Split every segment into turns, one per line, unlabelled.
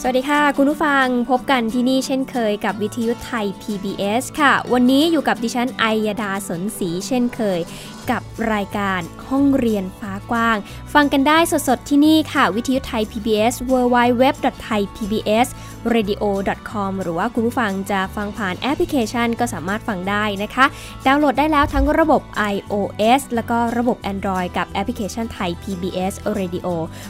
สวัสดีค่ะ คุณผู้ฟังพบกันที่นี่เช่นเคยกับวิทยุไทย PBS ค่ะ วันนี้อยู่กับดิฉันไอยดาสนศรีเช่นเคย กับรายการห้องเรียนฟ้ากว้าง ฟังกันได้สดๆที่นี่ค่ะ วิทยุไทย PBS www.thaipbsradio.com หรือว่าคุณผู้ฟังจะฟังผ่านแอปพลิเคชันก็สามารถฟังได้นะคะ ดาวน์โหลดได้แล้วทั้งระบบ iOS แล้วก็ระบบ Android กับแอปพลิเคชันไทย PBS Radio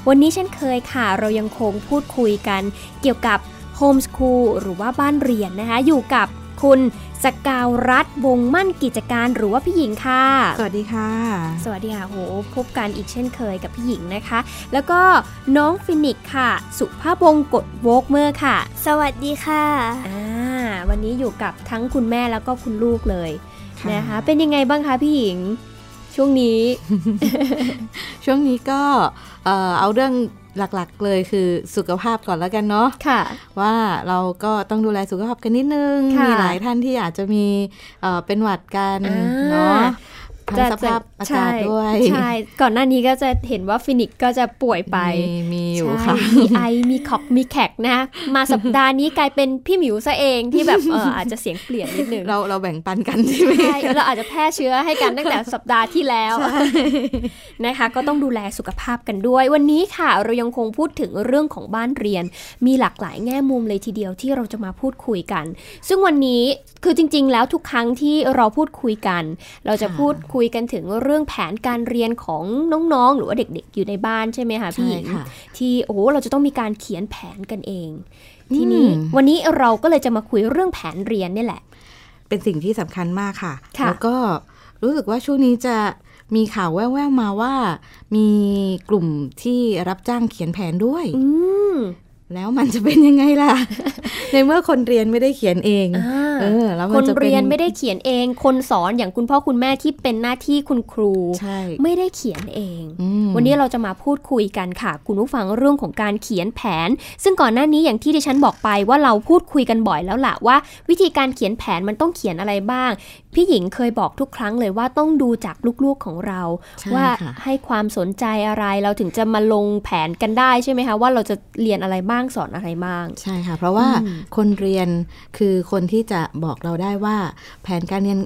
วันนี้เช่นเคยค่ะ เรายังคงพูดคุยกันเกี่ยวกับโฮมส o ูลหรือว่าบ้านเรียนนะคะ อยู่กับคุณสกาวรัฐวงศ์มั่นกิจการหรือว่าพี่หญิงค่ะ
สวัสดีค่ะ
สวัสดีค่ะโหพบกันอีกเช่นเคยกับพี่หญิงนะคะ แล้วก็น้องฟินิกส์ค่ะ สุภาพวงศ์กดโวกเมอร์ค่ะ
สวัสดีค่ะ
อ่าวันนี้อยู่กับทั้งคุณแม่แล้วก็คุณลูกเลย
ค่ะ
นะคะ เป็นยังไงบ้างคะพี่หญิง ช่วงนี้
ช่วงนี้ก็เอ่อเอาเรื่องหลักๆเลยคือสุขภาพก่อนแล้วกันเนาะ
ค่ะ
ว่าเราก็ต้องดูแลสุขภาพกันนิดนึง
ค่ะ
มีหลายท่านที่อาจจะมีเอ่อเป็นหวัดกัน
อ่า
เนาะทั้งสภาพอากาศด้วย
ใช่ใช่ก่อนหน้านี้ก็จะเห็นว่าฟินิกส์ก็จะป่วยไป
มีมีอยู่
ใช่
ค่ะ
มีไอ มีขอบ มีแขกนะ มาสัปดาห์นี้กลายเป็นพี่หมิวซะเองที่แบบเอออาจจะเสียงเปลี่ยนนิดนึง
เราเราแบ่งปันกันใช่ไหม
ใช่เราอาจจะแพร่เชื้อให้กันตั้งแต่สัปดาห์ที่แล้ว นะคะ ก็ต้องดูแลสุขภาพกันด้วย วันนี้ค่ะ เรายังคงพูดถึงเรื่องของบ้านเรียน มีหลากหลายแง่มุมเลยทีเดียวที่เราจะมาพูดคุยกัน ซึ่งวันนี้คือจริง ๆ แล้วทุกครั้งที่เราพูดคุยกัน เราจะ
ค่ะ
พูดคุยกันถึงเรื่องแผนการเรียนของน้องๆ หรือว่าเด็ก ๆ อยู่ในบ้านใช่ไหมคะพี่หญิ
ใช่
ง
ค่ะ
ที่โอ้โหเราจะต้องมีการเขียนแผนกันเอง ที
อืม
นี้วันนี้เราก็เลยจะมาคุยเรื่องแผนเรียนเนี่ยแหละ
เป็นสิ่งที่สำคัญมากค่ะ
ค่ะ
แล้วก็รู้สึกว่าช่วงนี้จะมีข่าวแว่วๆมาว่า มีกลุ่มที่รับจ้างเขียนแผนด้วย
อืม
แล้วมันจะเป็นยังไงล่ะ ในเมื่อคนเรียนไม่ได้เขียนเอง
อ่า
เออแล้ว
ค
มัน
น
จะป็
เรียนไม่ได้เขียนเอง คนสอนอย่างคุณพ่อคุณแม่ที่เป็นหน้าที่คุณครู
ใช่
ไม่ได้เขียนเอง
อืม
วันนี้เราจะมาพูดคุยกันค่ะ คุณผู้ฟังเรื่องของการเขียนแผน ซึ่งก่อนหน้านี้อย่างที่ดิฉันบอกไปว่าเราพูดคุยกันบ่อยแล้วล่ะว่า วิธีการเขียนแผนมันต้องเขียนอะไรบ้าง พี่หญิงเคยบอกทุกครั้งเลยว่าต้องดูจากลูกๆของเรา
ใช่
ว่า
ค่ะ
ให้ความสนใจอะไรเราถึงจะมาลงแผนกันได้ใช่ไหมคะว่าเราจะเรียนอะไรบ้างสอนอะไรบ้าง
ใช่ค่ะ เพราะว่า
อืม
คนเรียนคือคนที่จะบอกเราได้ว่า แผนการเรียน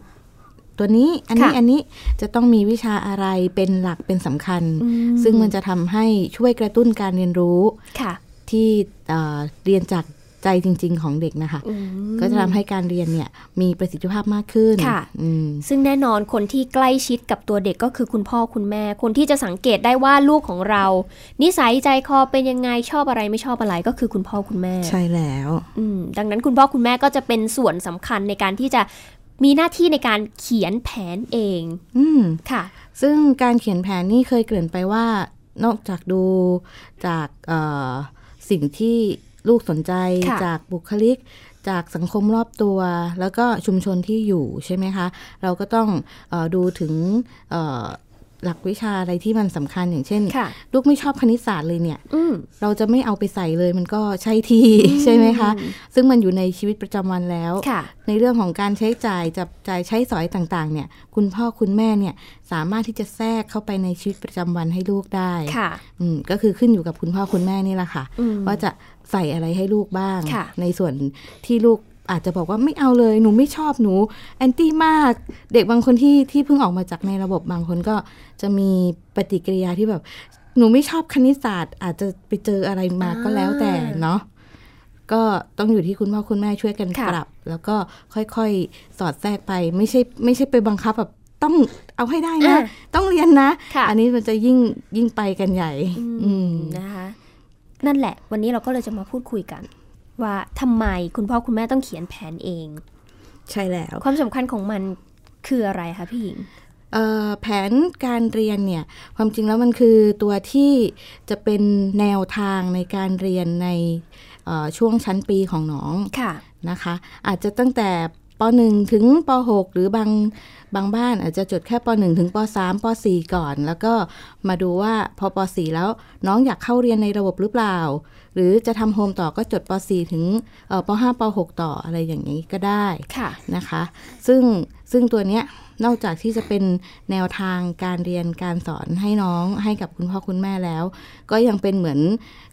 ตัวนี้อันนี้อันนี้จะต้องมีวิชาอะไรเป็นหลักเป็นสำคัญ
อื
ซึ่งมันจะทำให้ช่วยกระตุ้นการเรียนรู้
ค่ะ
ที่เอ่อเรียนจากใจจริง ๆ ของเด็กนะคะ
อืม
ก็จะทำให้การเรียนเนี่ยมีประสิทธิภาพมากขึ้น
ค่ะ
อืม
ซึ่งแน่นอนคนที่ใกล้ชิดกับตัวเด็กก็คือคุณพ่อคุณแม่ คนที่จะสังเกตได้ว่าลูกของเรา นิสัยใจคอเป็นยังไงชอบอะไรไม่ชอบอะไรก็คือคุณพ่อคุณแม่
ใช่แล้ว
อืมดังนั้นคุณพ่อคุณแม่ก็จะเป็นส่วนสำคัญในการที่จะมีหน้าที่ในการเขียนแผนเอง
อืม
ค่ะ
ซึ่งการเขียนแผนนี่เคยเกริ่นไปว่า นอกจากดูจากเอ่อสิ่งที่ลูกสนใจ
ค่ะ
จากบุคลิก จากสังคมรอบตัว แล้วก็ชุมชนที่อยู่ใช่ไหมคะ เราก็ต้องเออดูถึงเอ่อหลักวิชาอะไรที่มันสำคัญอย่างเช่น
ค่ะ
ลูกไม่ชอบคณิตศาสตร์เลยเนี่ย
อืม
เราจะไม่เอาไปใส่เลยมันก็ใช่ทีใช่ไหมคะ ซึ่งมันอยู่ในชีวิตประจำวันแล้ว
ค่ะ
ในเรื่องของการใช้จ่ายจับจ่ายใช้สอยต่างๆ เนี่ย คุณพ่อคุณแม่เนี่ยสามารถที่จะแทรกเข้าไปในชีวิตประจำวันให้ลูกได้
ค่ะ
อืมก็คือขึ้นอยู่กับคุณพ่อคุณแม่นี่แหละค่ะ
อืม
ว่าจะใส่อะไรให้ลูกบ้าง
ค่ะ
ในส่วนที่ลูกอาจจะบอกว่าไม่เอาเลยหนูไม่ชอบหนูแอนตี้มาก เด็กบางคนที่ที่เพิ่งออกมาจากในระบบบางคนก็จะมีปฏิกิริยาที่แบบ หนูไม่ชอบคณิตศาสตร์ อาจจะไปเจออะไรมาก็แล้วแต่เนาะก็ต้องอยู่ที่คุณพ่อคุณแม่ช่วยกัน
ค่ะ
ปรับ แล้วก็ค่อยๆ สอดแทรกไปไม่ใช่ไม่ใช่ไปบังคับแบบต้องเอาให้ได้นะ ต้องเรียนนะ
ค่ะ
อันนี้มันจะยิ่งยิ่งไปกันใหญ่
อื
อื
ม
ม
นะคะ นั่นแหละ วันนี้เราก็เลยจะมาพูดคุยกัน ว่าทำไมคุณพ่อคุณแม่ต้องเขียนแผนเอง
ใช่แล้ว
ความสำคัญของมันคืออะไรคะพี่หญิง
เอ่อแผนการเรียนเนี่ยความจริงแล้วมันคือตัวที่จะเป็นแนวทางในการเรียนในเอ่อช่วงชั้นปีของน้อง
ค่ะ
นะคะอาจจะตั้งแต่ป .1 ถึงป .6 หรือบางบางบ้านอาจจะจดแค่ป .1 ถึงป .3 ป .4 ก่อน แล้วก็มาดูว่าพอป .4 แล้วน้องอยากเข้าเรียนในระบบหรือเปล่า หรือจะทำโฮมต่อก็จดป .4 ถึงเอ่อป .5 ป .6 ต่ออะไรอย่างนี้ก็ได้
ค่ะ
นะคะ ซึ่งซึ่งตัวเนี้ยนอกจากที่จะเป็นแนวทางการเรียนการสอนให้น้องให้กับคุณพ่อคุณแม่แล้ว ก็ยังเป็นเหมือน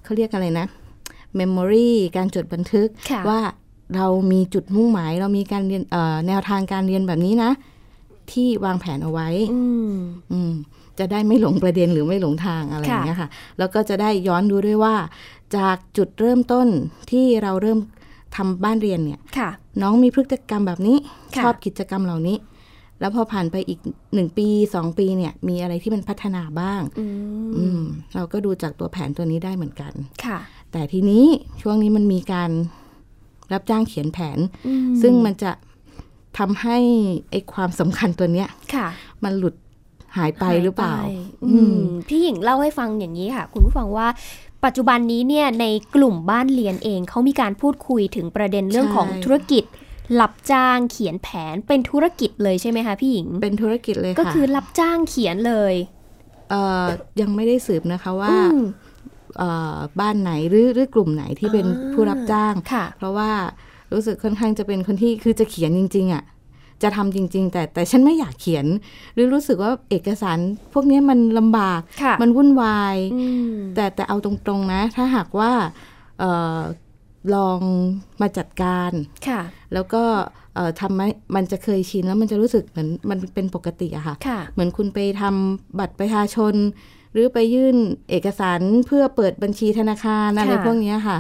เขาเรียกอะไรนะ memory การจดบันทึก
ค่ะ
ว่าเรามีจุดมุ่งหมายเรามีการเรียนเอ่อแนวทางการเรียนแบบนี้นะ ที่วางแผนเอาไว้
อืม
อืมจะได้ไม่หลงประเด็นหรือไม่หลงทางอะไรอ
ค่ะ
ย่างเงี้ยค่ะ แล้วก็จะได้ย้อนดูด้วยว่า จากจุดเริ่มต้นที่เราเริ่มทำบ้านเรียนเนี่ย
ค่ะ
น้องมีพฤติกรรมแบบนี้
ค่ะ
ชอบกิจกรรมเหล่านี้ แล้วพอผ่านไปอีกหนึ่งปีสองปีเนี่ย มีอะไรที่มันพัฒนาบ้าง
อื
อื
ม
มเราก็ดูจากตัวแผนตัวนี้ได้เหมือนกัน
ค่ะ
แต่ทีนี้ช่วงนี้มันมีการรับจ้างเขียนแผน
อืม
ซึ่งมันจะทำให้ไอความสำคัญตัวเนี้ย
ค่ะ
มันหลุดหายไปหรือเปล่า
ยไปอืม
อืม
พี่หญิงเล่าให้ฟังอย่างนี้ค่ะ คุณผู้ฟังว่าปัจจุบันนี้เนี่ยในกลุ่มบ้านเรียนเองเขามีการพูดคุยถึงประเด็นเรื่องของธุรกิจ หลับจ้างเขียนแผนเป็นธุรกิจเลยใช่ไหมคะพี่หญิง
เป็นธุรกิจเลยค่ะ
ก็คือรับจ้างเขียนเลย
เอ่อยังไม่ได้สืบนะคะว่า
อืม
เอ่อบ้านไหนหรือหรือกลุ่มไหนที่เป็น
อ่า
ผู้รับจ้าง
ค่ะ
เพราะว่ารู้สึกค่อนข้างจะเป็นคนที่คือจะเขียนจริง ๆอะ่ะจะทำจริง ๆ แต่แต่ฉันไม่อยากเขียน หรือรู้สึกว่าเอกสารพวกเนี้ยมันลำบาก
ค่ะ
มันวุ่นวาย
อืม
แต่แต่เอาตรงๆนะ ถ้าหากว่าเออลองมาจัดการ
ค่ะ
แล้วก็เอ่อทำให้มันจะเคยชินแล้วมันจะรู้สึกเหมือนมันเป็นปกติอะค่ะ
ค่ะ
เหมือนคุณไปทำบัตรประชาชน หรือไปยื่นเอกสารเพื่อเปิดบัญชีธนาคารอะไร
ค่ะ
พวกเนี้ยค่ะ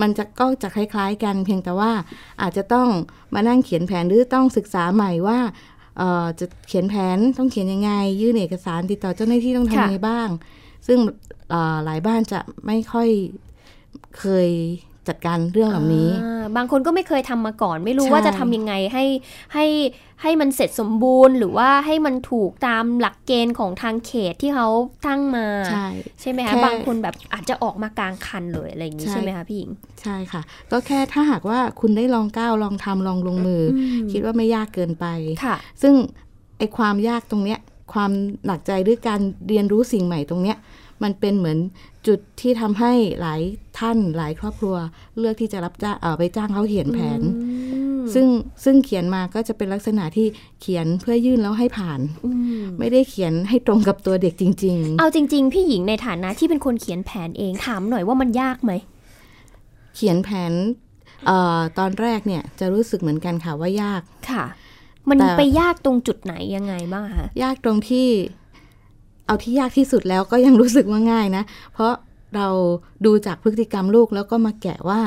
มันจะก็จะคล้ายๆกันเพียงแต่ว่าอาจจะต้องมานั่งเขียนแผนหรือต้องศึกษาใหม่ว่าเอ่อจะเขียนแผนต้องเขียนยังไง ยื่นเอกสารติดต่อเจ้าหน้าที่ต้องทำยังไงบ้าง ซึ่งเอ่อหลายบ้านจะไม่ค่อยเคยจัดการเรื่องเหล่านี้
อ่าบางคนก็ไม่เคยทำมาก่อน ไม่รู้
ใช่
ว่าจะทำยังไงให้ให้ให้มันเสร็จสมบูรณ์ หรือว่าให้มันถูกตามหลักเกณฑ์ของทางเขตที่เขาตั้งมา ใช่ไหมคะ
แค่
บางคนแบบอาจจะออกมากลางคันเลยอะไรอย่างนี้ใช่ไหมคะพี่หญิง
ใช่ค่ะ ก็แค่ถ้าหากว่าคุณได้ลองก้าวลองทำลองลงมืออคิดว่าไม่ยากเกินไป
ค่ะ
ซึ่งไอความยากตรงเนี้ยความหนักใจหรือการเรียนรู้สิ่งใหม่ตรงเนี้ยมันเป็นเหมือนจุดที่ทำให้หลายท่านหลายครอบครัว เลือกที่จะรับจ้างเอ่อไปจ้างเขาเขียนแผน ซึ่งซึ่งเขียนมาก็จะเป็นลักษณะที่เขียนเพื่อยื่นแล้วให้ผ่าน ไม่ได้เขียนให้ตรงกับตัวเด็กจริง
เอาจริง ๆ พี่หญิงในฐานะที่เป็นคนเขียนแผนเองถามหน่อยว่ามันยากไหม
ๆ เขียนแผนเอ่อตอนแรกเนี่ยจะรู้สึกเหมือนกันค่ะว่ายาก
ค่ะ มัน
แต่
ไปยากตรงจุดไหนยังไงบ้างคะ
ยากตรงที่เอาที่ยากที่สุดแล้วก็ยังรู้สึกว่าง่ายนะ เพราะเราดูจากพฤติกรรมลูกแล้วก็มาแกะว่า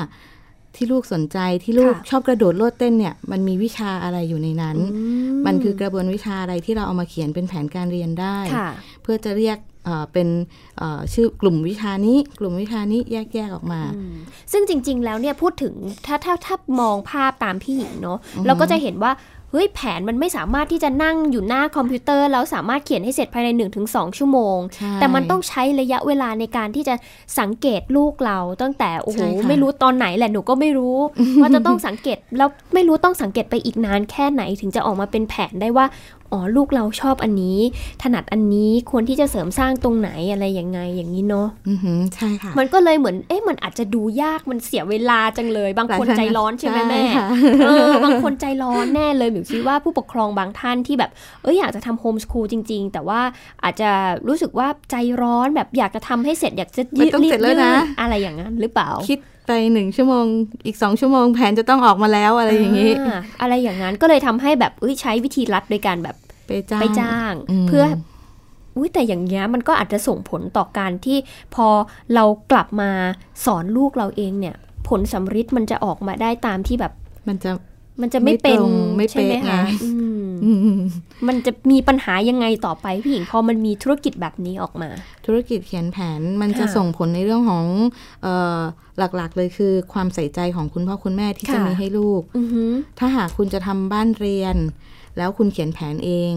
ที่ลูกสนใจที่ลูกชอบกระโดดโลดเต้นเนี่ย มันมีวิชาอะไรอยู่ในนั้น มันคือกระบวนวิชาอะไรที่เราเอามาเขียนเป็นแผนการเรียนได้
ค่ะ
เพื่อจะเรียกเอ่อเป็นเอ่อชื่อกลุ่มวิชานี้ กลุ่มวิชานี้แยกๆออกมา
ซึ่งจริง ๆ แล้วเนี่ยพูดถึงถ้าถ้าถ้ามองภาพตามพี่หญิงเนาะเราก็จะเห็นว่าเฮ้ยแผนมันไม่สามารถที่จะนั่งอยู่หน้าคอมพิวเตอร์ แล้วสามารถเขียนให้เสร็จภายใน 1-2 ชั่วโมง
ใช่
แต่มันต้องใช้ระยะเวลาในการที่จะสังเกตลูกเราตั้งแต่โอ้โห
ใช่ค่ะ
ไม่รู้ตอนไหนแหละหนูก็ไม่รู้ ว่าจะต้องสังเกตแล้วไม่รู้ต้องสังเกตไปอีกนานแค่ไหนถึงจะออกมาเป็นแผนได้ว่าอ๋อลูกเราชอบอันนี้ ถนัดอันนี้ควรที่จะเสริมสร้างตรงไหนอะไรยังไงอย่างนี้เนาะ
อือหือใช่ค่ะ
มันก็เลยเหมือน เอ๊ะ มันอาจจะดูยาก มันเสียเวลาจังเลย บางคน
หลายคนนะ
ใจร้อนใช่ไหมแม่
ใช่ค่ะ
เอ อบางคนใจร้อนแน่เลย หมิวคิดว่าผู้ปกครองบางท่านที่แบบ เอ้ยอยากจะทำโฮมส o ูลจริง ๆ แต่ว่าอาจจะรู้สึกว่าใจร้อนแบบอยากจะทำให้เสร็จอยากจะ
มั
ยื
น
ด
ต้องเสร็จแล้วนะ
ดอะไรอย่างนั้นหรือเปล่า
คิดไปหนึ่งชั่วโมง อีกสองชั่วโมงแผนจะต้องออกมาแล้วอะไรอย่างนี้
นี้อะไรอย่างนั้นก็เลยทำให้แบบเอ้ยใช้วิธีรัดโดยการแบบ
ไปจ้าง
ไปจ้าง
อืม
เพื่อ อุ้ยแต่อย่างเงี้ยมันก็อาจจะส่งผลต่อการที่พอเรากลับมาสอนลูกเราเองเนี่ย ผลสัมฤทธิ์มันจะออกมาได้ตามที่แบบ
มันจะ
มันจะไม่เป็น
ไม่ตรงไม่
ใช่ไหม
เป๊ะไง
คะอืม
อืม
มันจะมีปัญหายังไงต่อไปพี่หญิงพอมันมีธุรกิจแบบนี้ออกมา
ธุรกิจเขียนแผนมันจะ
ค่ะ
ส่งผลในเรื่องของเออหลักๆ เลยคือความใส่ใจของคุณพ่อคุณแม่ที่จะ
ค่ะ
มีให้ลูก
อือหือ
ถ้าหากคุณจะทำบ้านเรียน แล้วคุณเขียนแผนเอง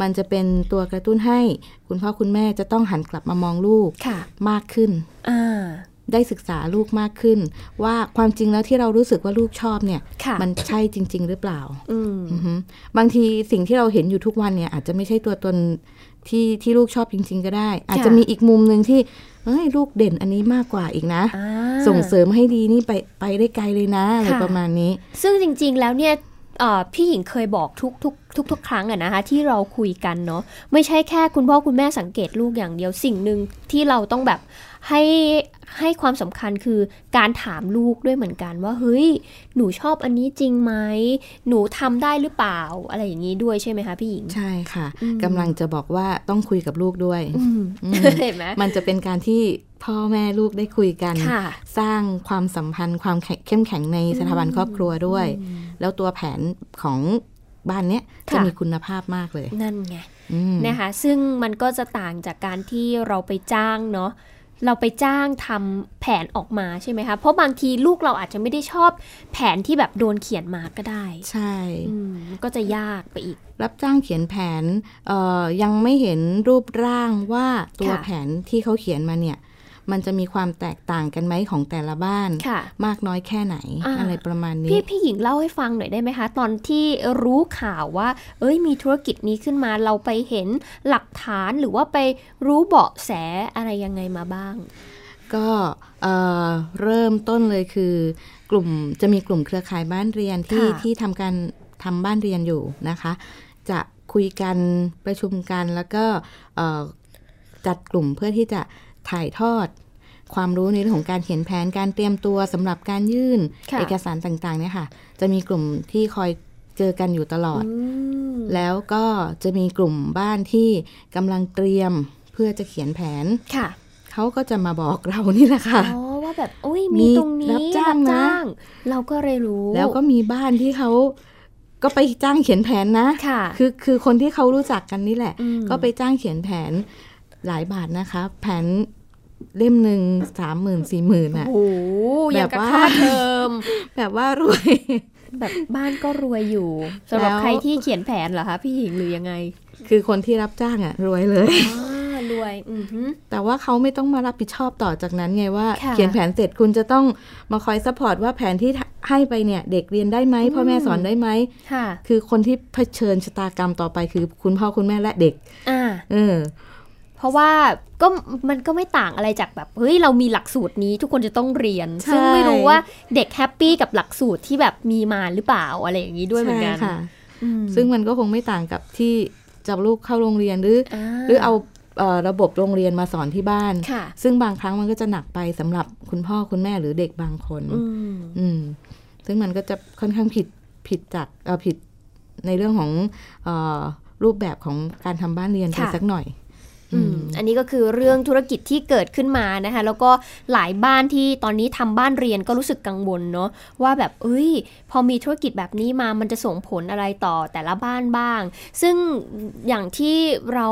มันจะเป็นตัวกระตุ้นให้ คุณพ่อคุณแม่จะต้องหันกลับมามองลูก
ค่ะ
มากขึ้น
อ่า
ได้ศึกษาลูกมากขึ้น ว่าความจริงแล้วที่เรารู้สึกว่าลูกชอบเนี่ย
ค่ะ
มันใช่จริง ๆ หรือเปล่า
อืม
อือฮึบางทีสิ่งที่เราเห็นอยู่ทุกวันเนี่ยอาจจะไม่ใช่ตัวตนที่ที่ลูกชอบจริง ๆ ก็ได้ อาจจะมีอีกมุมหนึ่งที่เอ้ยลูกเด่นอันนี้มากกว่าอีกนะ
อ่า
ส่งเสริมให้ดีนี่ไปไปได้ไกลเลยนะอะไร
ค่ะ
ประมาณนี้
ซึ่งจริงๆ แล้วเนี่ยเอ่อพี่หญิงเคยบอกทุกทุกทุกทุกครั้งอะนะคะที่เราคุยกันเนาะไม่ใช่แค่คุณพ่อคุณแม่สังเกตลูกอย่างเดียวสิ่งหนึ่งที่เราต้องแบบให้ให้ความสำคัญคือการถามลูกด้วยเหมือนกันว่าเฮ้ยหนูชอบอันนี้จริงไหมหนูทำได้หรือเปล่าอะไรอย่างนี้ด้วยใช่ไหมคะพี่หญิง
ใช่ค่ะ
อืม
กำลังจะบอกว่าต้องคุยกับลูกด้วย
อืม
อืม
เห็นไหม
มันจะเป็นการที่พ่อแม่ลูกได้คุยกัน
ค่ะ
สร้างความสัมพันธ์ความแข็งเข้มแข็งในสถาบันครอบครัวด้วย แล้วตัวแผนของบ้านเนี้ยจะ
ค่ะ
มีคุณภาพมากเลย
นั่นไง
อืม
นะคะซึ่งมันก็จะต่างจากการที่เราไปจ้างเนาะเราไปจ้างทำแผนออกมาใช่ไหมคะเพราะบางทีลูกเราอาจจะไม่ได้ชอบแผนที่แบบโดนเขียนมาก็ได้
ใช่
อืมมันก็จะยากไปอีก
รับจ้างเขียนแผนเอ่อยังไม่เห็นรูปร่างว่าตัว
ค่ะ
แผนที่เขาเขียนมาเนี่ย มันจะมีความแตกต่างกันไหมของแต่ละบ้าน
ค่ะ
มากน้อยแค่ไหน
อ่า
อะไรประมาณนี้
พี่พี่หญิงเล่าให้ฟังหน่อยได้ไหมคะ ตอนที่รู้ข่าวว่า เอ้ยมีธุรกิจนี้ขึ้นมาเราไปเห็นหลักฐานหรือว่าไปรู้เบาะแสอะไรยังไงมาบ้าง
ก็เอ่อเริ่มต้นเลยคือ กลุ่มจะมีกลุ่มเครือข่ายบ้านเรียนที่
ค่ะ
ที่ทำการทำบ้านเรียนอยู่นะคะ จะคุยกันประชุมกันแล้วก็เอ่อจัดกลุ่มเพื่อที่จะถ่ายทอด ความรู้ในเรื่องของการเขียนแผนการเตรียมตัวสำหรับการยื่น
ค่ะ
เอกสารต่างๆเนี่ยค่ะ จะมีกลุ่มที่คอยเจอกันอยู่ตลอด
อืม
แล้วก็จะมีกลุ่มบ้านที่กำลังเตรียมเพื่อจะเขียนแผน
ค่ะ
เขาก็จะมาบอกเรานี่แหละค่ะ
อ๋อว่าแบบโอ้ยมี
มี
ตรงนี้
รับจ้างนะ
งเราก็เลยรู้
แล้วก็มีบ้านที่เขาก็ไปจ้างเขียนแผนนะ
ค่ะ
คือคือคนที่เขารู้จักกันนี่แหละ
อืม
ก็ไปจ้างเขียนแผนหลายบาทนะคะ แผนเล่มหนึ่งสามหมื่นสี่หมื่นอะ
โอ้โห
แบบ
ยังกับ
ว่า
ค่าเทอม
แบบว่ารวย
แบบ บ้านก็รวยอยู่สำหรับ
แล้ว
ใครที่เขียนแผนเหรอคะพี่หญิงหรือยังไง
คือคนที่รับจ้างอะรวยเลย
อ่ารวย อือฮึ
แต่ว่าเขาไม่ต้องมารับผิดชอบต่อจากนั้นไงว่า
ค่ะ
เขียนแผนเสร็จคุณจะต้องมาคอยซัพพอร์ตว่าแผนที่ให้ไปเนี่ย เด็กเรียนได้ไหมพ่อแม่สอนได้ไหม
ค่ะ
คือคนที่เผชิญชะตากรรมต่อไปคือคุณพ่อคุณแม่และเด็ก
อ่า
เออ
เพราะว่าก็มันก็ไม่ต่างอะไรจากแบบเฮ้ยเรามีหลักสูตรนี้ทุกคนจะต้องเรียน
ใช่
ซึ่งไม่รู้ว่าเด็กแฮปปี้กับหลักสูตรที่แบบมีมาหรือเปล่าอะไรอย่างนี้ด้วยเหมือนกัน
ใช่ค่ะ
อืม
ซึ่งมันก็คงไม่ต่างกับที่จับลูกเข้าโรงเรียนหรือ
า
หรือเอาเอ่อระบบโรงเรียนมาสอนที่บ้าน
ค่ะ
ซึ่งบางครั้งมันก็จะหนักไปสำหรับคุณพ่อคุณแม่หรือเด็กบางคน
อืม
อืมซึ่งมันก็จะค่อนข้างผิดผิดจากเอ่อผิดในเรื่องของเออรูปแบบของการทำบ้านเรียนไปสักหน่อย
อืมอันนี้ก็คือเรื่องธุรกิจที่เกิดขึ้นมานะคะ แล้วก็หลายบ้านที่ตอนนี้ทำบ้านเรียนก็รู้สึกกังวลเนาะ ว่าแบบเอ้ย พอมีธุรกิจแบบนี้มามันจะส่งผลอะไรต่อแต่ละบ้านบ้าง ซึ่งอย่างที่เรา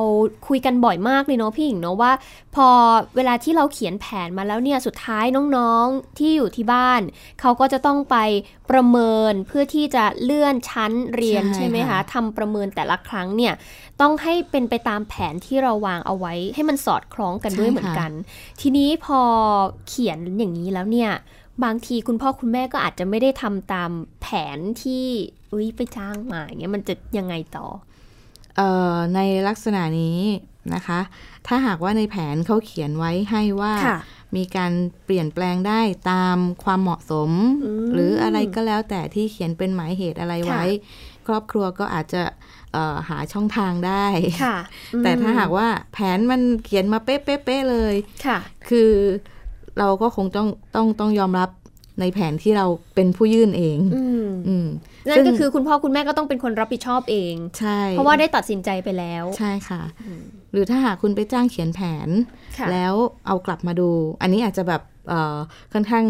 คุยกันบ่อยมากเลยเนาะพี่หญิงเนาะว่า พอเวลาที่เราเขียนแผนมาแล้วเนี่ยสุดท้ายน้องๆที่อยู่ที่บ้าน เขาก็จะต้องไปประเมินเพื่อที่จะเลื่อนชั้นเรียน
ใช่
ใช่ไหมคะ
ค่ะ
ทำประเมินแต่ละครั้งเนี่ยต้องให้เป็นไปตามแผนที่เราวางเอาไว้ ให้มันสอดคล้องกันด้วยเหมือนกัน ทีนี้พอเขียนอย่างนี้แล้วเนี่ย บางทีคุณพ่อคุณแม่ก็อาจจะไม่ได้ทำตามแผนที่อุ้ยไปจ้างมาอย่างเงี้ยมันจะยังไงต่อ
เอ่อในลักษณะนี้นะคะ ถ้าหากว่าในแผนเขาเขียนไว้ให้ว่า มีการเปลี่ยนแปลงได้ตามความเหมาะสม
อืม
หรืออะไรก็แล้วแต่ที่เขียนเป็นหมายเหตุอะไรไว้ ครอบครัวก็อาจจะเอ่อหาช่องทางได้
ค่ะ
แต่ถ้าหาก
อืม
ว่าแผนมันเขียนมาเป๊ะๆๆเลย
ค่ะ
คือเราก็คงต้องต้องต้องยอมรับในแผนที่เราเป็นผู้ยื่นเอง
อืม
อืม
นั่นก็คือคุณพ่อคุณแม่ก็ต้องเป็นคนรับผิดชอบเอง
ใช่
เพราะว่าได้ตัดสินใจไปแล้ว
ใช่ค่ะ
อืม
หรือถ้าหากคุณไปจ้างเขียนแผน
ค่ะ
แล้วเอากลับมาดู อันนี้อาจจะแบบเอ่อค่อนข้าง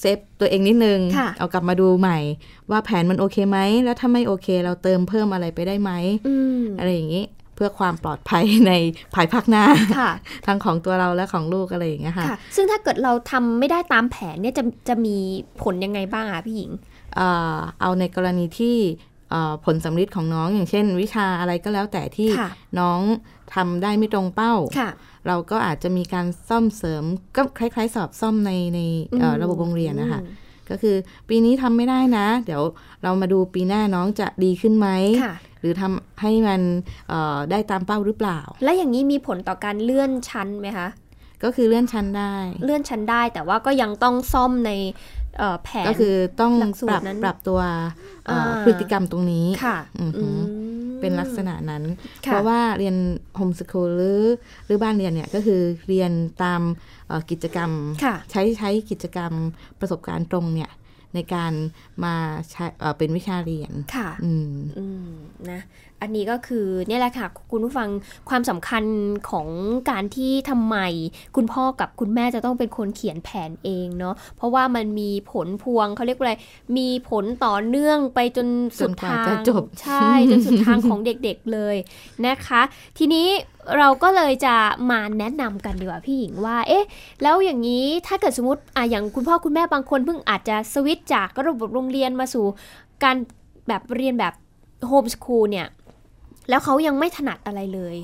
เซฟตัวเองนิดนึง
ค่ะ
เอากลับมาดูใหม่ ว่าแผนมันโอเคไหม แล้วถ้าไม่โอเคเราเติมเพิ่มอะไรไปได้ไหม
อืม
อะไรอย่างนี้ เพื่อความปลอดภัย ในภายภาคหน้า
ค่ะ
ทั้งของตัวเราและของลูกอะไรอย่างเงี้ยค่ะ
ค่ะ ซึ่งถ้าเกิดเราทำไม่ได้ตามแผนเนี่ยจะจะมีผลยังไงบ้างอะพี่หญิง
เอ่อเอาในกรณีที่เ เอ่อผลสำลิดของน้องอย่างเช่น วิชาอะไรก็แล้วแต่ที่
ค่ะ
น้องทำได้ไม่ตรงเป้า
ค่ะ
เราก็อาจจะมีการซ่อมเสริมก็คล้าย ๆ สอบซ่อมในในเอ่อ
อืม
ระบบโรงเรียนนะคะ ก็คือปีนี้ทำไม่ได้นะ เดี๋ยวเรามาดูปีหน้าน้องจะดีขึ้นไหม
ค่ะ
หรือทำให้มันเอ่อได้ตามเป้าหรือเปล่า
และอย่างนี้มีผลต่อการเลื่อนชั้นไหมคะ
ก็คือเลื่อนชั้นได้
เลื่อนชั้นได้แต่ว่าก็ยังต้องซ่อมในเอ่อแผน
ก็คือต้อง
หลักสู
ป
ต
รั
ร
บ
นั้น
ปรับตัวเอ่ออา พฤติกรรมตรงนี้
ค่ะ
อือหือ
อืม
เป็นลักษณะนั้น
ค่ะ
เพราะว่าเรียนโฮมสคูลหรือหรือบ้านเรียนเนี่ยก็คือเรียนตามเอ่อกิจกรรม
ค่ะ
ใช้ใช้กิจกรรมประสบการณ์ตรงเนี่ยในการมาใช้เอ่อเป็นวิชาเรียน
ค่ะ
อืม
อืมนะอันนี้ก็คือเนี่ยแหละค่ะ คุณผู้ฟังความสำคัญของการที่ทำไม คุณพ่อกับคุณแม่จะต้องเป็นคนเขียนแผนเองเนาะเพราะว่ามันมีผลพวงเขาเรียกว่าอะไรมีผลต่อเนื่องไปจนสุด
จนกว่า
ทาง
จะจบ
ใช่ จนสุดทางของเด็กๆเลยนะคะ ทีนี้เราก็เลยจะมาแนะนำกันดีกว่าพี่หญิงว่าเอ๊ะ แล้วอย่างนี้ถ้าเกิดสมมติอ่ะอย่างคุณพ่อคุณแม่บางคนเพิ่งอาจจะสวิตช์จากระบบโรงเรียนมาสู่การแบบเรียนแบบโฮมสคูลเนี่ย แล้วเขายังไม่ถนัดอะไรเลย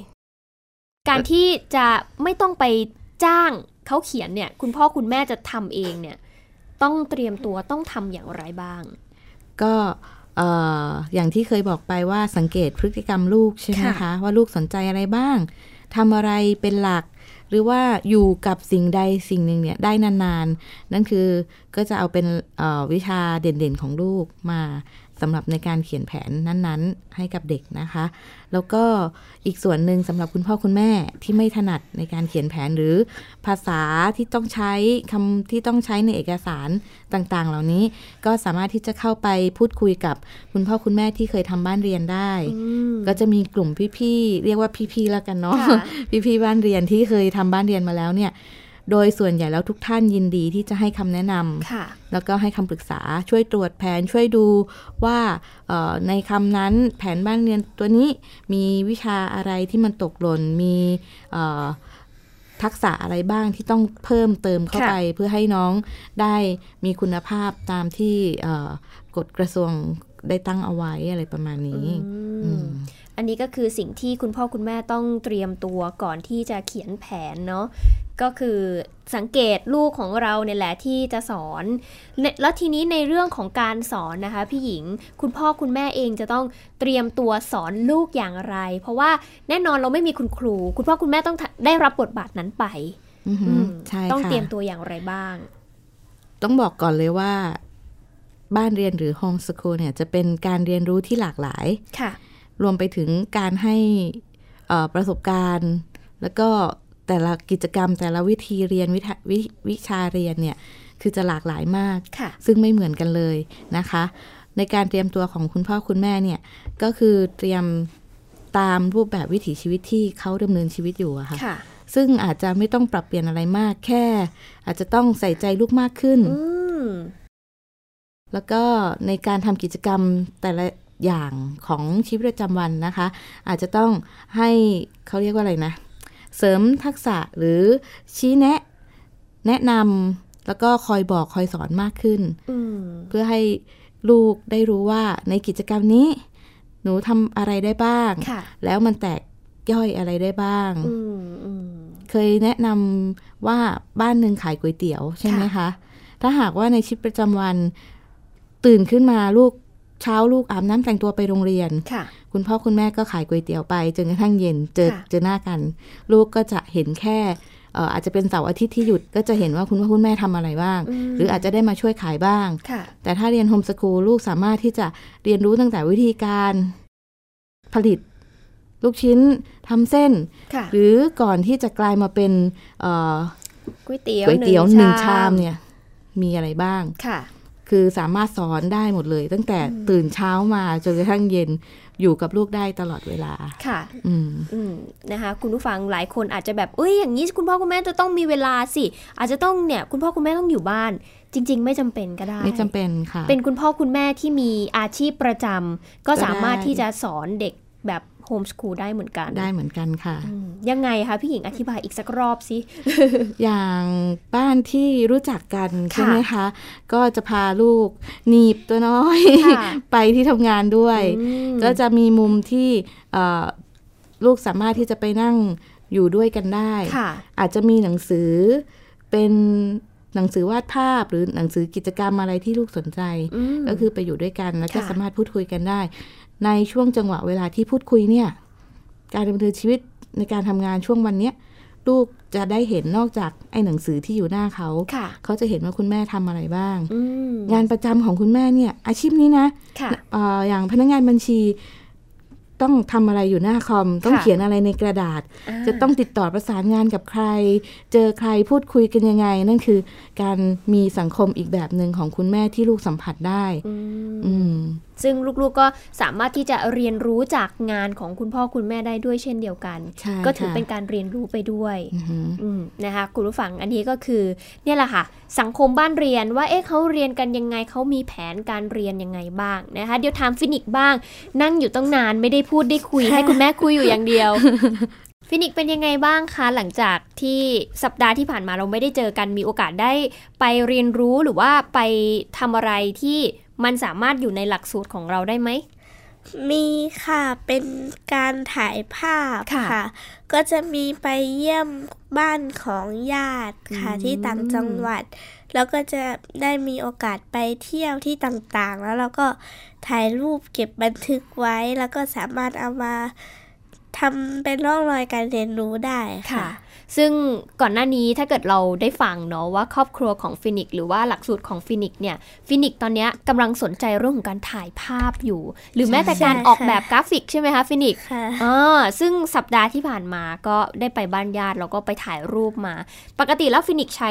การที่จะไม่ต้องไปจ้างเขาเขียนเนี่ย คุณพ่อคุณแม่จะทำเองเนี่ย ต้องเตรียมตัวต้องทำอย่างไรบ้าง
ก็เอ่ออย่างที่เคยบอกไปว่าสังเกตพฤติกรรมลูกใช่ไหม
ค่ะ
คะ ว่าลูกสนใจอะไรบ้างทำอะไรเป็นหลัก หรือว่าอยู่กับสิ่งใดสิ่งหนึ่งเนี่ยได้นานๆ นั่นคือก็จะเอาเป็นเอ่อวิชาเด่นๆของลูกมาสำหรับในการเขียนแผนนั้นๆ ให้กับเด็กนะคะ แล้วก็อีกส่วนหนึ่งสำหรับคุณพ่อคุณแม่ที่ไม่ถนัดในการเขียนแผนหรือภาษาที่ต้องใช้คำที่ต้องใช้ในเอกสารต่างๆ เหล่านี้ ก็สามารถที่จะเข้าไปพูดคุยกับคุณพ่อคุณแม่ที่เคยทำบ้านเรียนได้
อืม
ก็จะมีกลุ่มพี่ๆ เรียกว่าพี่ๆแล้วกันเนาะ
ค่ะ
พี่ๆบ้านเรียนที่เคยทำบ้านเรียนมาแล้วเนี่ย โดยส่วนใหญ่แล้วทุกท่านยินดีที่จะให้คำแนะนำ
ค่ะ
แล้วก็ให้คำปรึกษาช่วยตรวจแผนช่วยดูว่าเอ่อในคำนั้นแผนบ้านเรียนตัวนี้มีวิชาอะไรที่มันตกหล่นมีเอ่อทักษะอะไรบ้างที่ต้องเพิ่มเติมเข้า
ค่ะ
ไป เพื่อให้น้องได้มีคุณภาพตามที่เอ่อกฎกระทรวงได้ตั้งเอาไว้อะไรประมาณนี้
อืม อันนี้ก็คือสิ่งที่คุณพ่อคุณแม่ต้องเตรียมตัวก่อนที่จะเขียนแผนเนาะก็คือสังเกตลูกของเราเนี่ยแหละที่จะสอนและแล้วทีนี้ในเรื่องของการสอนนะคะพี่หญิงคุณพ่อคุณแม่เองจะต้องเตรียมตัวสอนลูกอย่างไร เพราะว่าแน่นอนเราไม่มีคุณครู คุณพ่อคุณแม่ต้องได้รับบทบาทนั้นไป
อือหื
อื
อ
ม
ใช่
ต้อง
ค่ะ
เตรียมตัวอย่างไรบ้าง
ต้องบอกก่อนเลยว่า บ้านเรียนหรือโฮมสคูลเนี่ยจะเป็นการเรียนรู้ที่หลากหลาย
ค่ะ
รวมไปถึงการให้เอ่อประสบการณ์ แล้วก็แต่ละกิจกรรมแต่ละวิธีเรียนวิทะววิชาเรียนเนี่ยคือจะหลากหลายมาก
ค่ะ
ซึ่งไม่เหมือนกันเลยนะคะ ในการเตรียมตัวของคุณพ่อคุณแม่เนี่ยก็คือเตรียมตามรูปแบบวิถีชีวิตที่เขาดำเนินชีวิตอยู่อะค่ะ
ค่ะ
ซึ่งอาจจะไม่ต้องปรับเปลี่ยนอะไรมากแค่ อาจจะต้องใส่ใจลูกมากขึ้น
อืม
แล้วก็ในการทำกิจกรรมแต่ละอย่างของชีวิตประจำวันนะคะ อาจจะต้องให้เขาเรียกว่าอะไรนะ เสริมทักษะหรือชี้แนะ แนะนำแล้วก็คอยบอกคอยสอนมากขึ้น
อืม
เพื่อให้ลูกได้รู้ว่าในกิจกรรมนี้ หนูทำอะไรได้บ้าง
ค่ะ
แล้วมันแตกย่อยอะไรได้บ้าง
อืมอืม
เคยแนะนำว่าบ้านหนึ่งขายก๋วยเตี๋ยวใช่ไหมคะ ถ้าหากว่าในชีวิตประจำวันตื่นขึ้นมาลูกเช้าลูกอาบน้ำแต่งตัวไปโรงเรียน
ค่ะ
คุณพ่อคุณแม่ก็ขายก๋วยเตี๋ยวไปจนกระทั่งเย็นเจอ
ค่ะ
เจอหน้ากัน ลูกก็จะเห็นแค่เอ่ออาจจะเป็นเสาร์อาทิตย์ที่หยุดก็จะเห็นว่าคุณพ่อคุณแม่ทำอะไรบ้าง
ม
หรืออาจจะได้มาช่วยขายบ้าง
ค่ะ
แต่ถ้าเรียนโฮมสกูลลูกสามารถที่จะเรียนรู้ตั้งแต่วิธีการผลิต ลูกชิ้นทำเส้น
ค่ะ
หรือก่อนที่จะกลายมาเป็นเอ่อ
ก๋วยเตี๋ยว
ก๋วยเตี๋ยวหนึ่งชาม
เนี่ย
เนี่ยมีอะไรบ้าง
ค่ะ
คือสามารถสอนได้หมดเลย ตั้งแต่
อืม
ตื่นเช้ามาจนกระทั่งเย็นอยู่กับลูกได้ตลอดเวลา
ค่ะ
อืม
อืม นะคะ คุณผู้ฟังหลายคนอาจจะแบบ เอ้ย อย่างนี้คุณพ่อคุณแม่จะต้องมีเวลาสิ อาจจะต้องเนี่ย คุณพ่อคุณแม่ต้องอยู่บ้าน จริง ๆ ไม่จำเป็นก็ได้
ไม่จำเป็นค่ะ
เป็นคุณพ่อคุณแม่ที่มีอาชีพประจำก็
ก็ได้
สามารถที่จะสอนเด็กแบบโฮ โฮมสคูลได้เหมือนกัน
ได้เหมือนกันค่ะ
อืมยังไงคะพี่หญิงอธิบายอีกสักรอบสิ
อย่างบ้านที่รู้จักกัน
ค่ะ
ใช่ไหมคะ ก็จะพาลูกหนีบตัวน้อย
ค่ะ
ไปที่ทำงานด้วย
อืม
ก็จะมีมุมที่เอ่อลูกสามารถที่จะไปนั่งอยู่ด้วยกันได้
ค่ะ
อาจจะมีหนังสือเป็นหนังสือวาดภาพหรือหนังสือกิจกรรมอะไรที่ลูกสนใจ
อืม
ก็คือไปอยู่ด้วยกันแล้วก็
ค่ะ
สามารถพูดคุยกันได้ ในช่วงจังหวะเวลาที่พูดคุยเนี่ย การดำเนินชีวิตในการทำงานช่วงวันเนี้ยลูกจะได้เห็นนอกจากไอ้หนังสือที่อยู่หน้าเขา
ค่ะ
เขาจะเห็นว่าคุณแม่ทำอะไรบ้าง
อืม
งานประจำของคุณแม่เนี่ย อาชีพนี้นะ
ค่ะ
เอ่ออย่างพนักงานบัญชี ต้องทำอะไรอยู่หน้าคอม ต้อง
ค่ะ
เขียนอะไรในกระดาษ
อ่า
จะต้องติดต่อประสานงานกับใคร เจอใครพูดคุยกันยังไง นั่นคือการมีสังคมอีกแบบหนึ่งของคุณแม่ที่ลูกสัมผัสได้
อืม
อืม
ซึ่งลูกๆก็สามารถที่จะเรียนรู้จากงานของคุณพ่อคุณแม่ได้ด้วยเช่นเดียวกัน
ใช่
ก็ถือ
ค่ะ
เป็นการเรียนรู้ไปด้วย
อือหือ
อืมนะคะคุณผู้ฟังอันนี้ก็คือเนี่ยแหละค่ะ สังคมบ้านเรียนว่าเอ๊ะเขาเรียนกันยังไงเขามีแผนการเรียนยังไงบ้างนะคะเดี๋ยวถามฟินิกบ้าง นั่งอยู่ตั้งนานไม่ได้พูดได้คุย ให้คุณแม่คุยอยู่อย่างเดียว ฟินิกเป็นยังไงบ้างคะหลังจากที่สัปดาห์ที่ผ่านมาเราไม่ได้เจอกันมีโอกาสได้ ไปเรียนรู้หรือว่าไปทำอะไรที่มันสามารถอยู่ในหลักสูตรของเราได้ไหม
มีค่ะเป็นการถ่ายภาพ
ค่ะ
ค่ะ ก็จะมีไปเยี่ยมบ้านของญาติค่ะ
อืม
ที่ต่างจังหวัด แล้วก็จะได้มีโอกาสไปเที่ยวที่ต่างๆ แล้วเราก็ถ่ายรูปเก็บบันทึกไว้ แล้วก็สามารถเอามาทำเป็นร่องรอยการเรียนรู้ได้ค่ะ
ซึ่งก่อนหน้านี้ถ้าเกิดเราได้ฟังเนาะว่าครอบครัวของฟินิกซ์หรือว่าหลักสูตรของฟินิกซ์เนี่ยฟินิกซ์ตอนเนี้ยกำลังสนใจเรื่องของการถ่ายภาพอยู่ หรือแม้แต่การ
ใช่ค่ะ
ออกแบบกราฟิกใช่ไหมคะฟินิกซ์
ค่ะ
อ่าซึ่งสัปดาห์ที่ผ่านมาก็ได้ไปบ้านญาติแล้วก็ไปถ่ายรูปมา ปกติแล้วฟินิกซ์ใช้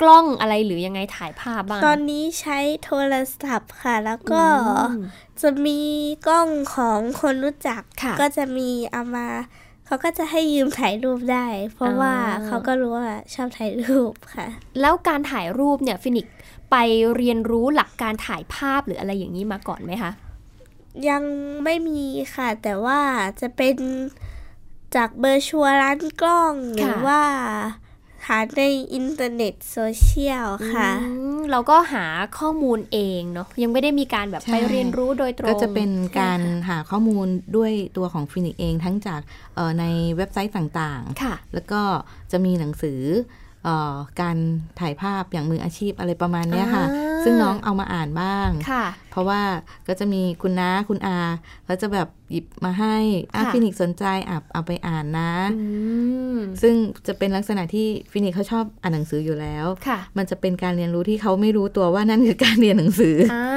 กล้องอะไรหรือยังไงถ่ายภาพบ้าง
ตอนนี้ใช้โทรศัพท์ค่ะ แล้วก็
อืม
จะมีกล้องของคนรู้จัก
ค่ะ
ก็จะมีเอามา เขาก็จะให้ยืมถ่ายรูปได้ เพราะว่าเขาก็รู้ว่าชอบถ่ายรูปค่ะ
แล้วการถ่ายรูปเนี่ยฟินิกซ์ไปเรียนรู้หลักการถ่ายภาพหรืออะไรอย่างนี้มาก่อนไหมคะ
ยังไม่มีค่ะ แต่ว่าจะเป็นจากเบอร์ชัวร์ร้านกล้อง หรือว่าหาในอินเทอร์เน็ตโซเชียลค่ะ
อืมเราก็หาข้อมูลเองเนาะยังไม่ได้มีการแบบ
ใช่
ไปเรียนรู้โดยตรง
ก็จะเป็นการหาข้อมูลด้วยตัวของฟินิกเองทั้งจากเอ่อในเว็บไซต์ต่าง
ค่ะ
ๆ แล้วก็จะมีหนังสือเออการถ่ายภาพอย่างมืออาชีพอะไรประมาณเนี้ยค่ะ
อ่า
ซึ่งน้องเอามาอ่านบ้าง
ค่ะ
เพราะว่าก็จะมีคุณน้าคุณอาเขาจะแบบหยิบมาให้อา
ค่ะ
ฟินิกสนใจอ่ะเอาไปอ่านนะ
อืม
ซึ่งจะเป็นลักษณะที่ฟินิกเขาชอบอ่านหนังสืออยู่แล้ว
ค่ะ
มันจะเป็นการเรียนรู้ที่เขาไม่รู้ตัวว่านั่นคือการเรียนหนังสือ
อ่า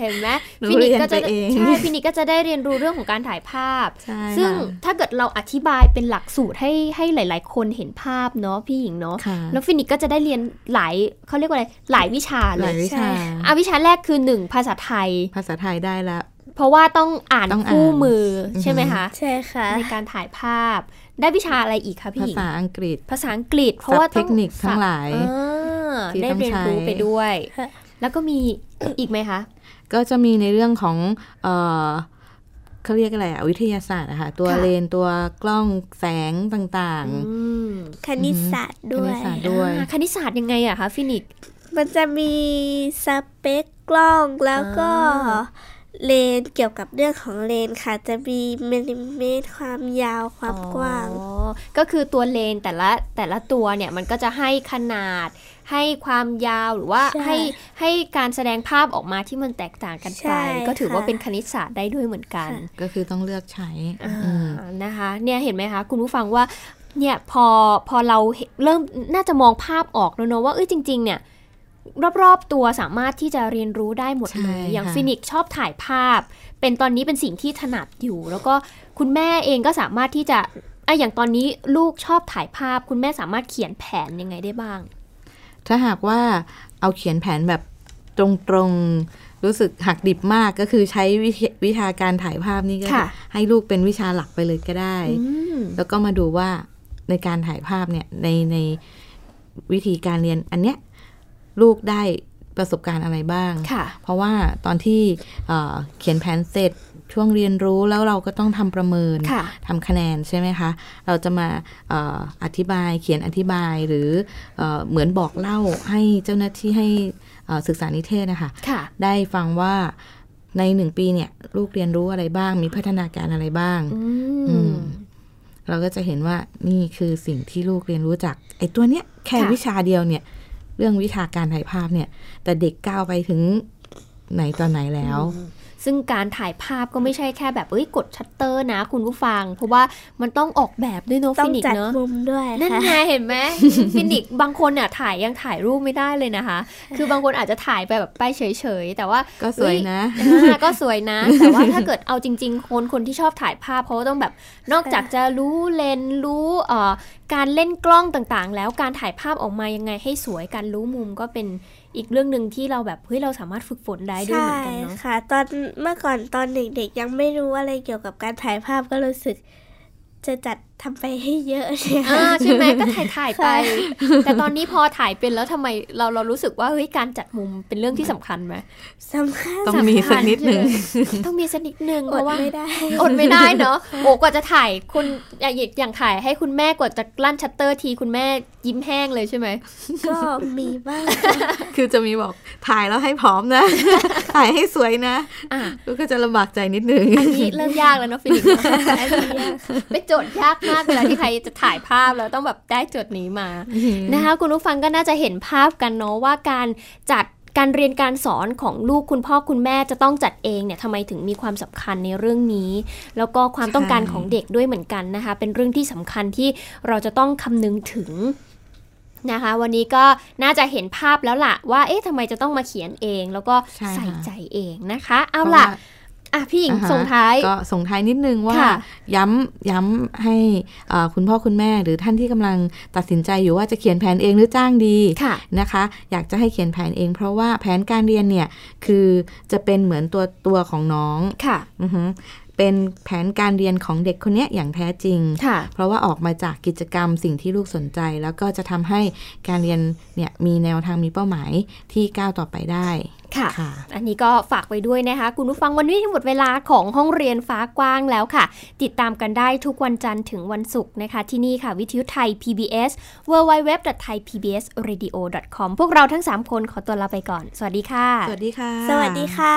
เห็นไหม
รู้
ฟินิกซ์ก็จะ
เรียนไปเอง
ใช่ฟินิกซ์ก็จะได้เรียนรู้เรื่องของการถ่ายภาพ
ใช่
ซึ่ง
ค่ะ
ถ้าเกิดเราอธิบายเป็นหลักสูตรให้ให้หลาย ๆ คนเห็นภาพเนาะพี่หญิงเนาะ
ค่ะ
แล้วฟินิกซ์ก็จะได้เรียนหลายเขาเรียกว่าอะไรหลายวิชา
ห
เล
ลาย
ย
วิชา
อ่ะวิชาแรกคือหนึ่งภาษาไทย
ภาษาไทยได้แล้ว
เพราะว่าต้องอ่าน
ต้องอ่าน
คู่มืออ
อ
ใช่ไหม
หือ
คะ
ใช่ค่ะ
ในการถ่ายภาพได้วิชาอะไรอีกคะพี่ห
ภา
ญิง
ษาอังกฤษ
ภาษาอังกฤษเพราะว่า
ศัพท์เทคนิคทั้งหลาย
ศัพท์อ่า
ที่
ได้
ต้อง
เรียน
ใช้
รู้ไปด้วย
ค่ะ
แล้วก็มี อีกไหมคะ
ก็จะมีในเรื่องของเอ่อเขาเรียกอะไรอะวิทยาศาสตร์อะค่ะตัว
ค่ะ
เลนตัวกล้องแสงต่าง
อื
ๆ
ม
คณิตศาสตร์
ค
ด้ว
ณิต
ย
ศาสตร์ด้วย
อ่าคณิตศาสตร์ยังไงอะคะฟินิก
มันจะมีสเปคกล้องแล้วก็
อ่า
เลนส์เกี่ยวกับเรื่องของเลนส์ค่ะ จะมีมิลลิเมตรความยาวความกว้าง
อ๋อก็คือตัวเลนแต่ละแต่ละตัวเนี่ยมันก็จะให้ขนาด ให้ความยาวหรือว่า
ใช่
ให้ให้การแสดงภาพออกมาที่มันแตกต่างกัน
ใช่
ไป ก็ถือว่า
ค่ะ
เป็นคณิตศาสตร์ได้ด้วยเหมือนกัน
ค่ะ
ก็คือต้องเลือกใช้
อ่า
อืม
นะคะเนี่ยเห็นไหมคะ คุณผู้ฟังว่าเนี่ยพอพอเราเห็นเริ่มน่าจะมองภาพออกแล้วเนอะว่าเอ้ยจริง ๆ เนี่ย รอบๆตัวสามารถที่จะเรียนรู้ได้หมด
ใช่
เลยอย่าง
ค่ะ
ฟินิกซ์ชอบถ่ายภาพ เป็นตอนนี้เป็นสิ่งที่ถนัดอยู่ แล้วก็คุณแม่เองก็สามารถที่จะไอะอย่างตอนนี้ลูกชอบถ่ายภาพ คุณแม่สามารถเขียนแผนยังไงได้บ้าง
ถ้าหากว่าเอาเขียนแผนแบบตรงๆ รู้สึกหักดิบมากก็คือใช้วิธีวิชาการถ่ายภาพนี่ก็
ค่ะ
ให้ลูกเป็นวิชาหลักไปเลยก็ได้
อืม
แล้วก็มาดูว่าในการถ่ายภาพเนี่ยในในวิธีการเรียนอันเนี้ยลูกได้ประสบการณ์อะไรบ้าง
ค่ะ
เพราะว่าตอนที่เอ่อเขียนแผนเสร็จ ช่วงเรียนรู้แล้วเราก็ต้องทำประเมิน
ค่ะ
ทำคะแนนใช่ไหมคะ เราจะมาเอออธิบายเขียนอธิบายหรือเออเหมือนบอกเล่าให้เจ้าหน้าที่ให้เอ่อศึกษานิเทศนะคะ
ค่ะ
ได้ฟังว่าในหนึ่งปีเนี่ยลูกเรียนรู้อะไรบ้าง มีพัฒนาการอะไรบ้าง
อื
อื
ม
ม เราก็จะเห็นว่านี่คือสิ่งที่ลูกเรียนรู้จากไอ้ตัวเนี้ยแค่
ค่ะ
วิชาเดียวเนี่ย เรื่องวิชาการถ่ายภาพเนี่ย แต่เด็กก้าวไปถึงไหนตอนไหนแล้ว
ซึ่งการถ่ายภาพก็ไม่ใช่แค่แบบเอ้ยกดชัตเตอร์นะคุณผู้ฟัง เพราะว่ามันต้องออกแบบด้วยเนาะ
ต้อ
ฟิ
ง
นิก
จัด
เนาะ
มุมด้วย
นั่น
ค่ะ
ไงเห็นไหม ฟินิกบางคนเนี่ยถ่ายยังถ่ายรูปไม่ได้เลยนะคะ คือบางคนอาจจะถ่ายไปแบบไปเฉยๆ แต่ว่า
ก็สวยนะ
อ่าก็สวย นะ แต่ว่าถ้าเกิดเอาจริง ๆ คนคนที่ชอบถ่ายภาพเขาก็ต้องแบบนอกจากจะรู้เลนส์รู้เอ่อการเล่นกล้องต่างๆ แล้วการถ่ายภาพออกมายังไงให้สวยการรู้มุมก็เป็นอีกเรื่องหนึ่งที่เราแบบเฮ้ยเราสามารถฝึกฝนได้ด้วยเหมือนกันเนาะ
ใช่ค่ะ ตอนเมื่อก่อนตอนเด็กๆ ยังไม่รู้อะไรเกี่ยวกับการถ่ายภาพก็รู้สึก จะจัดทำไปให้เยอะเนี่ย
อ่าใช่ไหมก็ถ่ายถ่ายๆไป
ใช่
แต่ตอนนี้พอถ่ายเป็นแล้วทำไมเราเรารู้สึกว่าเฮ้ยการจัดมุมเป็นเรื่องที่สำคัญไหม
สำคัญ
ต้องมีสักนิดหนึ่ง
ต้องมีสักนิดนึงเพ
อด
ราะว่า
ไม่ได้
อดไม่ได้เนาะ โอ้กว่าจะถ่ายคุณอย่างอย่างถ่ายให้คุณแม่กว่าจะลั่นชัตเตอร์ทีคุณแม่ยิ้มแห้งเลยใช่ไหม
ก็มีบ้าง
คือจะมีบอกถ่ายแล้วให้พร้อมนะ ถ่ายให้สวยนะ
อ่ะ
ลูกก็จะลำบากใจนิดนึง
อันนี้เริ่มยากแล้วเนาะฟิลิ ปเนอะเป็นโจทย์ยากมากเวลาที่ใครจะถ่ายภาพแล้วต้องแบบได้โจทย์นี้มา นะคะ คุณผู้ฟังก็น่าจะเห็นภาพกันเนาะว่าการจัดการเรียนการสอนของลูกคุณพ่อคุณแม่จะต้องจัดเองเนี่ยทำไมถึงมีความสำคัญในเรื่องนี้ แล้วก็ความต้องการของเด็กด้วยเหมือนกันนะคะ เป็นเรื่องที่สำคัญที่เราจะต้องคำนึงถึงนะคะ วันนี้ก็น่าจะเห็นภาพแล้วล่ะว่าเอ๊ะทำไมจะต้องมาเขียนเอง แล้วก็
ใช่ค่ะ
ใส่ใจเองนะคะ เอาล่ะ อ่ะพี่หญิง
อ่าฮะ
ส่งท้าย
ก็ส่งท้ายนิดนึงว่า
ค่ะ
ย้ำย้ำให้เอ่อคุณพ่อคุณแม่หรือท่านที่กำลังตัดสินใจอยู่ว่าจะเขียนแผนเองหรือจ้างดี
ค่ะ
นะคะ อยากจะให้เขียนแผนเอง เพราะว่าแผนการเรียนเนี่ยคือจะเป็นเหมือนตัวตัวของน้อง
ค่ะ
อือหือเป็นแผนการเรียนของเด็กคนเนี้ยอย่างแท้จริง
ค่ะ
เพราะว่าออกมาจากกิจกรรมสิ่งที่ลูกสนใจ แล้วก็จะทำให้การเรียนเนี่ยมีแนวทางมีเป้าหมายที่ก้าวต่อไปได้
ค่ะ
ค่ะ
อันนี้ก็ฝากไว้ด้วยนะคะ คุณผู้ฟังวันนี้ทั้งหมดเวลาของห้องเรียนฟ้ากว้างแล้วค่ะ ติดตามกันได้ทุกวันจันทร์ถึงวันศุกร์นะคะ ที่นี่ค่ะ วิทยุไทย PBS www.thaipbsradio.com พวกเราทั้ง 3 คนขอตัวลาไปก่อน สวัสดีค่ะ
สวัสดีค่ะ
สวัสดีค่ะ